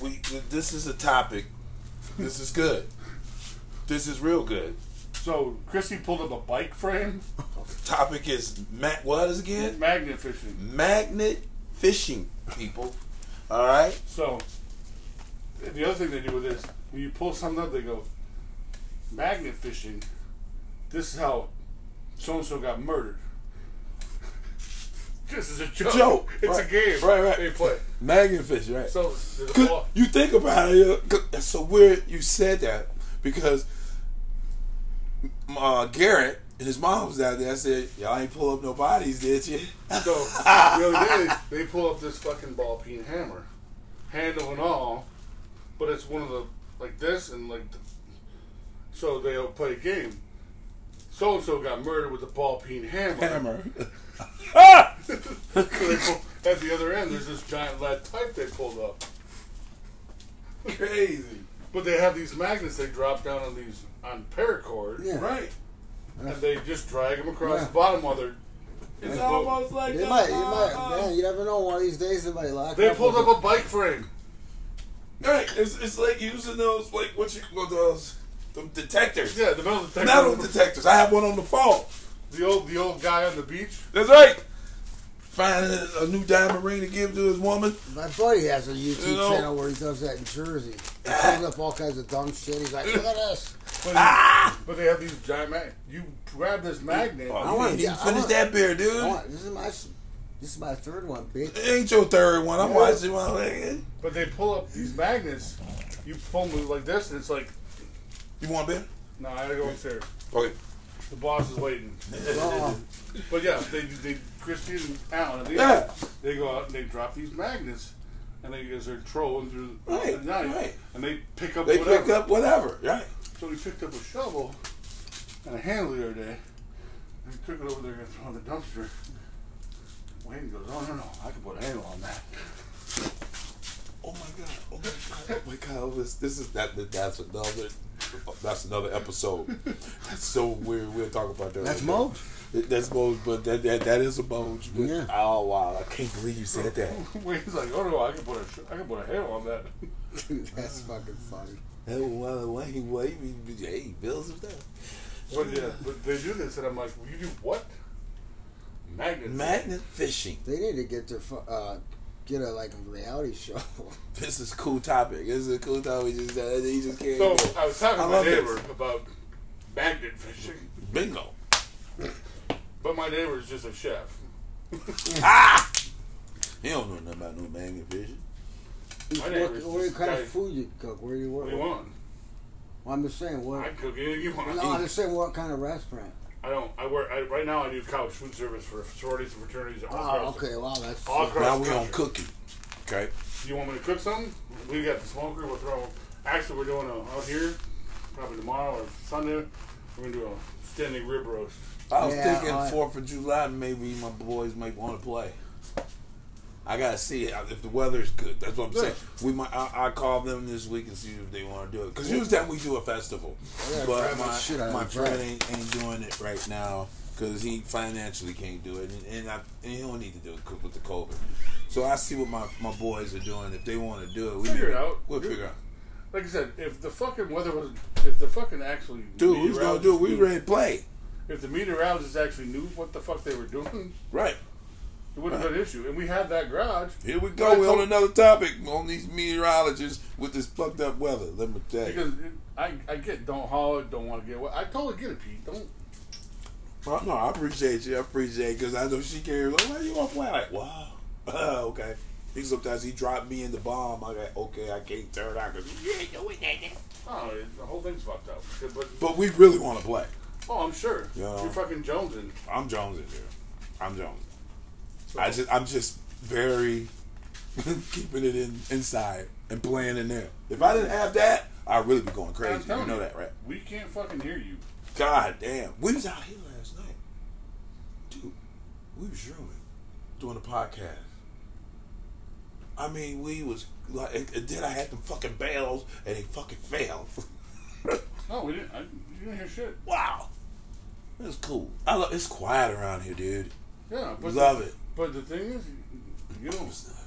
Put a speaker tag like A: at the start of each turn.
A: th- this is a topic. This is good. This is real good.
B: So Chrissy pulled up a bike frame.
A: Topic is Matt. What is it again?
B: Magnet fishing.
A: Magnet fishing, people. All right.
B: So the other thing they do with this, when you pull something up, they go magnet fishing. This is how so and so got murdered. this is a joke.
A: Joke.
B: It's
A: Right.
B: a game.
A: Right, right.
B: They play.
A: Magnet fishing, right?
B: So there's a
A: 'Cause
B: ball.
A: you think about it, uh, 'cause it's so weird you said that because uh, Garrett and his mom was out there. I said, "Y'all ain't pull up no bodies, did you?"
B: So the other day they pull up this fucking ball peen hammer, handle and all, but it's one of the like this and like. The, so they'll play a game. So and so got murdered with a ball peen hammer.
A: Hammer.
B: So they pull- at the other end, there's this giant lead pipe they pulled up.
A: Crazy.
B: But they have these magnets they drop down on these on paracord,
C: Yeah.
A: Right.
B: and they just drag them across
C: Yeah.
B: the bottom while they're.
A: It's
B: Yeah.
A: almost like uh,
C: It
A: the-
C: might, it might. Man, you never know. One of these days, somebody locked
B: They
C: up.
B: pulled
C: with
B: up a bike frame.
A: Right. It's, it's like using those like what you call those them detectors.
B: Yeah, the metal detector.
A: Metal detectors. I have one on the phone.
B: the old the old guy on the beach.
A: That's right. Finding a- a new diamond ring to give to his woman.
C: My buddy has a YouTube
A: You know-
C: channel where he does that in Jersey. He pulls up all kinds of dumb shit. He's like, look at this.
B: But, but they have these giant mag. You grab this magnet.
A: Oh,
C: I
A: Ah! you
C: want-
A: ain't even
C: yeah, I
A: finish
C: want-
A: that beer, dude.
C: I want- this is my, s- this is my third one, bitch.
A: It ain't your third one. I'm
C: Yeah.
A: watching one. Like,
B: But they pull up these magnets. You pull them like this, and it's like,
A: You want a beer?
B: no, I gotta go upstairs.
A: Okay.
B: The boss is waiting.
C: Well,
B: But yeah, they they Christian and Alan. They,
A: Yeah.
B: they go out and they drop these magnets, and they as they're trolling through the
A: Right,
B: night,
A: right.
B: and they pick up
A: They
B: whatever.
A: pick up whatever, right?
B: So we picked up a shovel and a handle the other day. We took it over there and throw it in the dumpster. Wayne goes, "Oh no no, I can put a handle on that."
A: Oh my god! Oh my god! Oh my god! This, this is that. That's another. That's another episode. That's so weird. We'll talk about that.
C: that's
A: later.
C: Moge.
A: That's Moge, but that that, that is a Moge. But,
C: Yeah.
A: Oh wow! I can't believe you said that.
B: Wayne's like, "Oh no, I can put a sh- I can put a handle on that."
C: Dude, that's fucking funny.
A: Hey, well, wait, wait, wait, hey, bills of that.
B: But yeah, but they do this, and I'm like, well, "You do what?" Magnets.
A: Magnet fishing.
C: They need to get their, fu- uh, get a, like, a reality show.
A: This is cool topic. This is a cool topic. He just, uh, he just came.
B: so I was talking
A: I
B: to my
A: love this.
B: neighbor about magnet fishing.
A: Bingo.
B: But my neighbor's just a chef.
A: Ah! He don't know nothing about no magnet fishing.
C: what,
B: neighbor's
C: what
B: just
C: kind
B: guy-
C: of food you cook? Where you
B: What
C: work?
B: do you want?
C: Well, I'm just saying,
B: I
C: what,
B: can cook anything you want.
C: no, I'm just saying, what kind of restaurant?
B: I don't. I work I, right now. I do college food service for sororities and fraternities. All
C: Oh,
B: across the-
C: okay, wow, that's,
B: All across
A: Ah, Now we
B: the
A: on
B: country.
A: cooking. Okay.
B: You want me to cook something? We got the smoker. We'll throw. Actually, we're doing a out here, probably tomorrow or Sunday. We're gonna do a standing rib roast.
A: I was
C: Yeah, uh,
A: thinking
C: I-
A: Fourth of July, maybe my boys might want to play. I gotta see how- if the weather's good. That's what I'm saying. We might. I, I call them this week and see if they want to do it. Cause usually time we do a festival,
C: gotta
A: but
C: grab my shit out
A: my,
C: of
A: my
C: the
A: friend ain't,
C: truck.
A: ain't doing it right now because he financially can't do it, and, and, I, and he don't need to do it 'cause with the COVID. So I see what my, my boys are doing. If they want to do it, we
B: Figure
A: may-
B: it out.
A: We'll figure it out.
B: Like I said, if the fucking weather was, if the fucking actually
A: Dude, we was gonna do it. We ready to play.
B: If the meteorologists actually knew what the fuck they were doing,
A: Right.
B: it wouldn't have been an issue. And we had that garage.
A: Here we
B: I
A: go. We're on
B: told-
A: another topic on these meteorologists with this fucked up weather. Let me tell you.
B: Because it, I, I get don't haul it, don't want to get wet. I totally get it, Pete. Don't.
A: Oh, no, I appreciate you. I appreciate because I know she cares. Like, why you want to play? Like, wow. Oh, okay. He sometimes he dropped me in the bomb. I got okay. I can't turn out because you ain't doing that.
B: Oh, it- the whole thing's fucked up. But
A: But we really want to play.
B: oh, I'm sure
A: Yeah.
B: you're fucking jonesing.
A: I'm Jones in here. I'm Jones. I just I'm just very keeping it in inside and playing in there. If I didn't have that, I'd really be going
B: I'm
A: crazy. You
B: telling
A: know that, right?
B: We can't fucking hear you.
A: God damn. We was out here last night. Dude, we was rooming, doing a podcast. I mean, we was like, and and then I had them fucking bells, and they fucking failed.
B: No, we didn't. I, you didn't hear shit.
A: wow, that's cool. I love it's quiet around here, dude.
B: Yeah, but
A: Love
B: the,
A: it. uh,
B: But the thing is, you don't.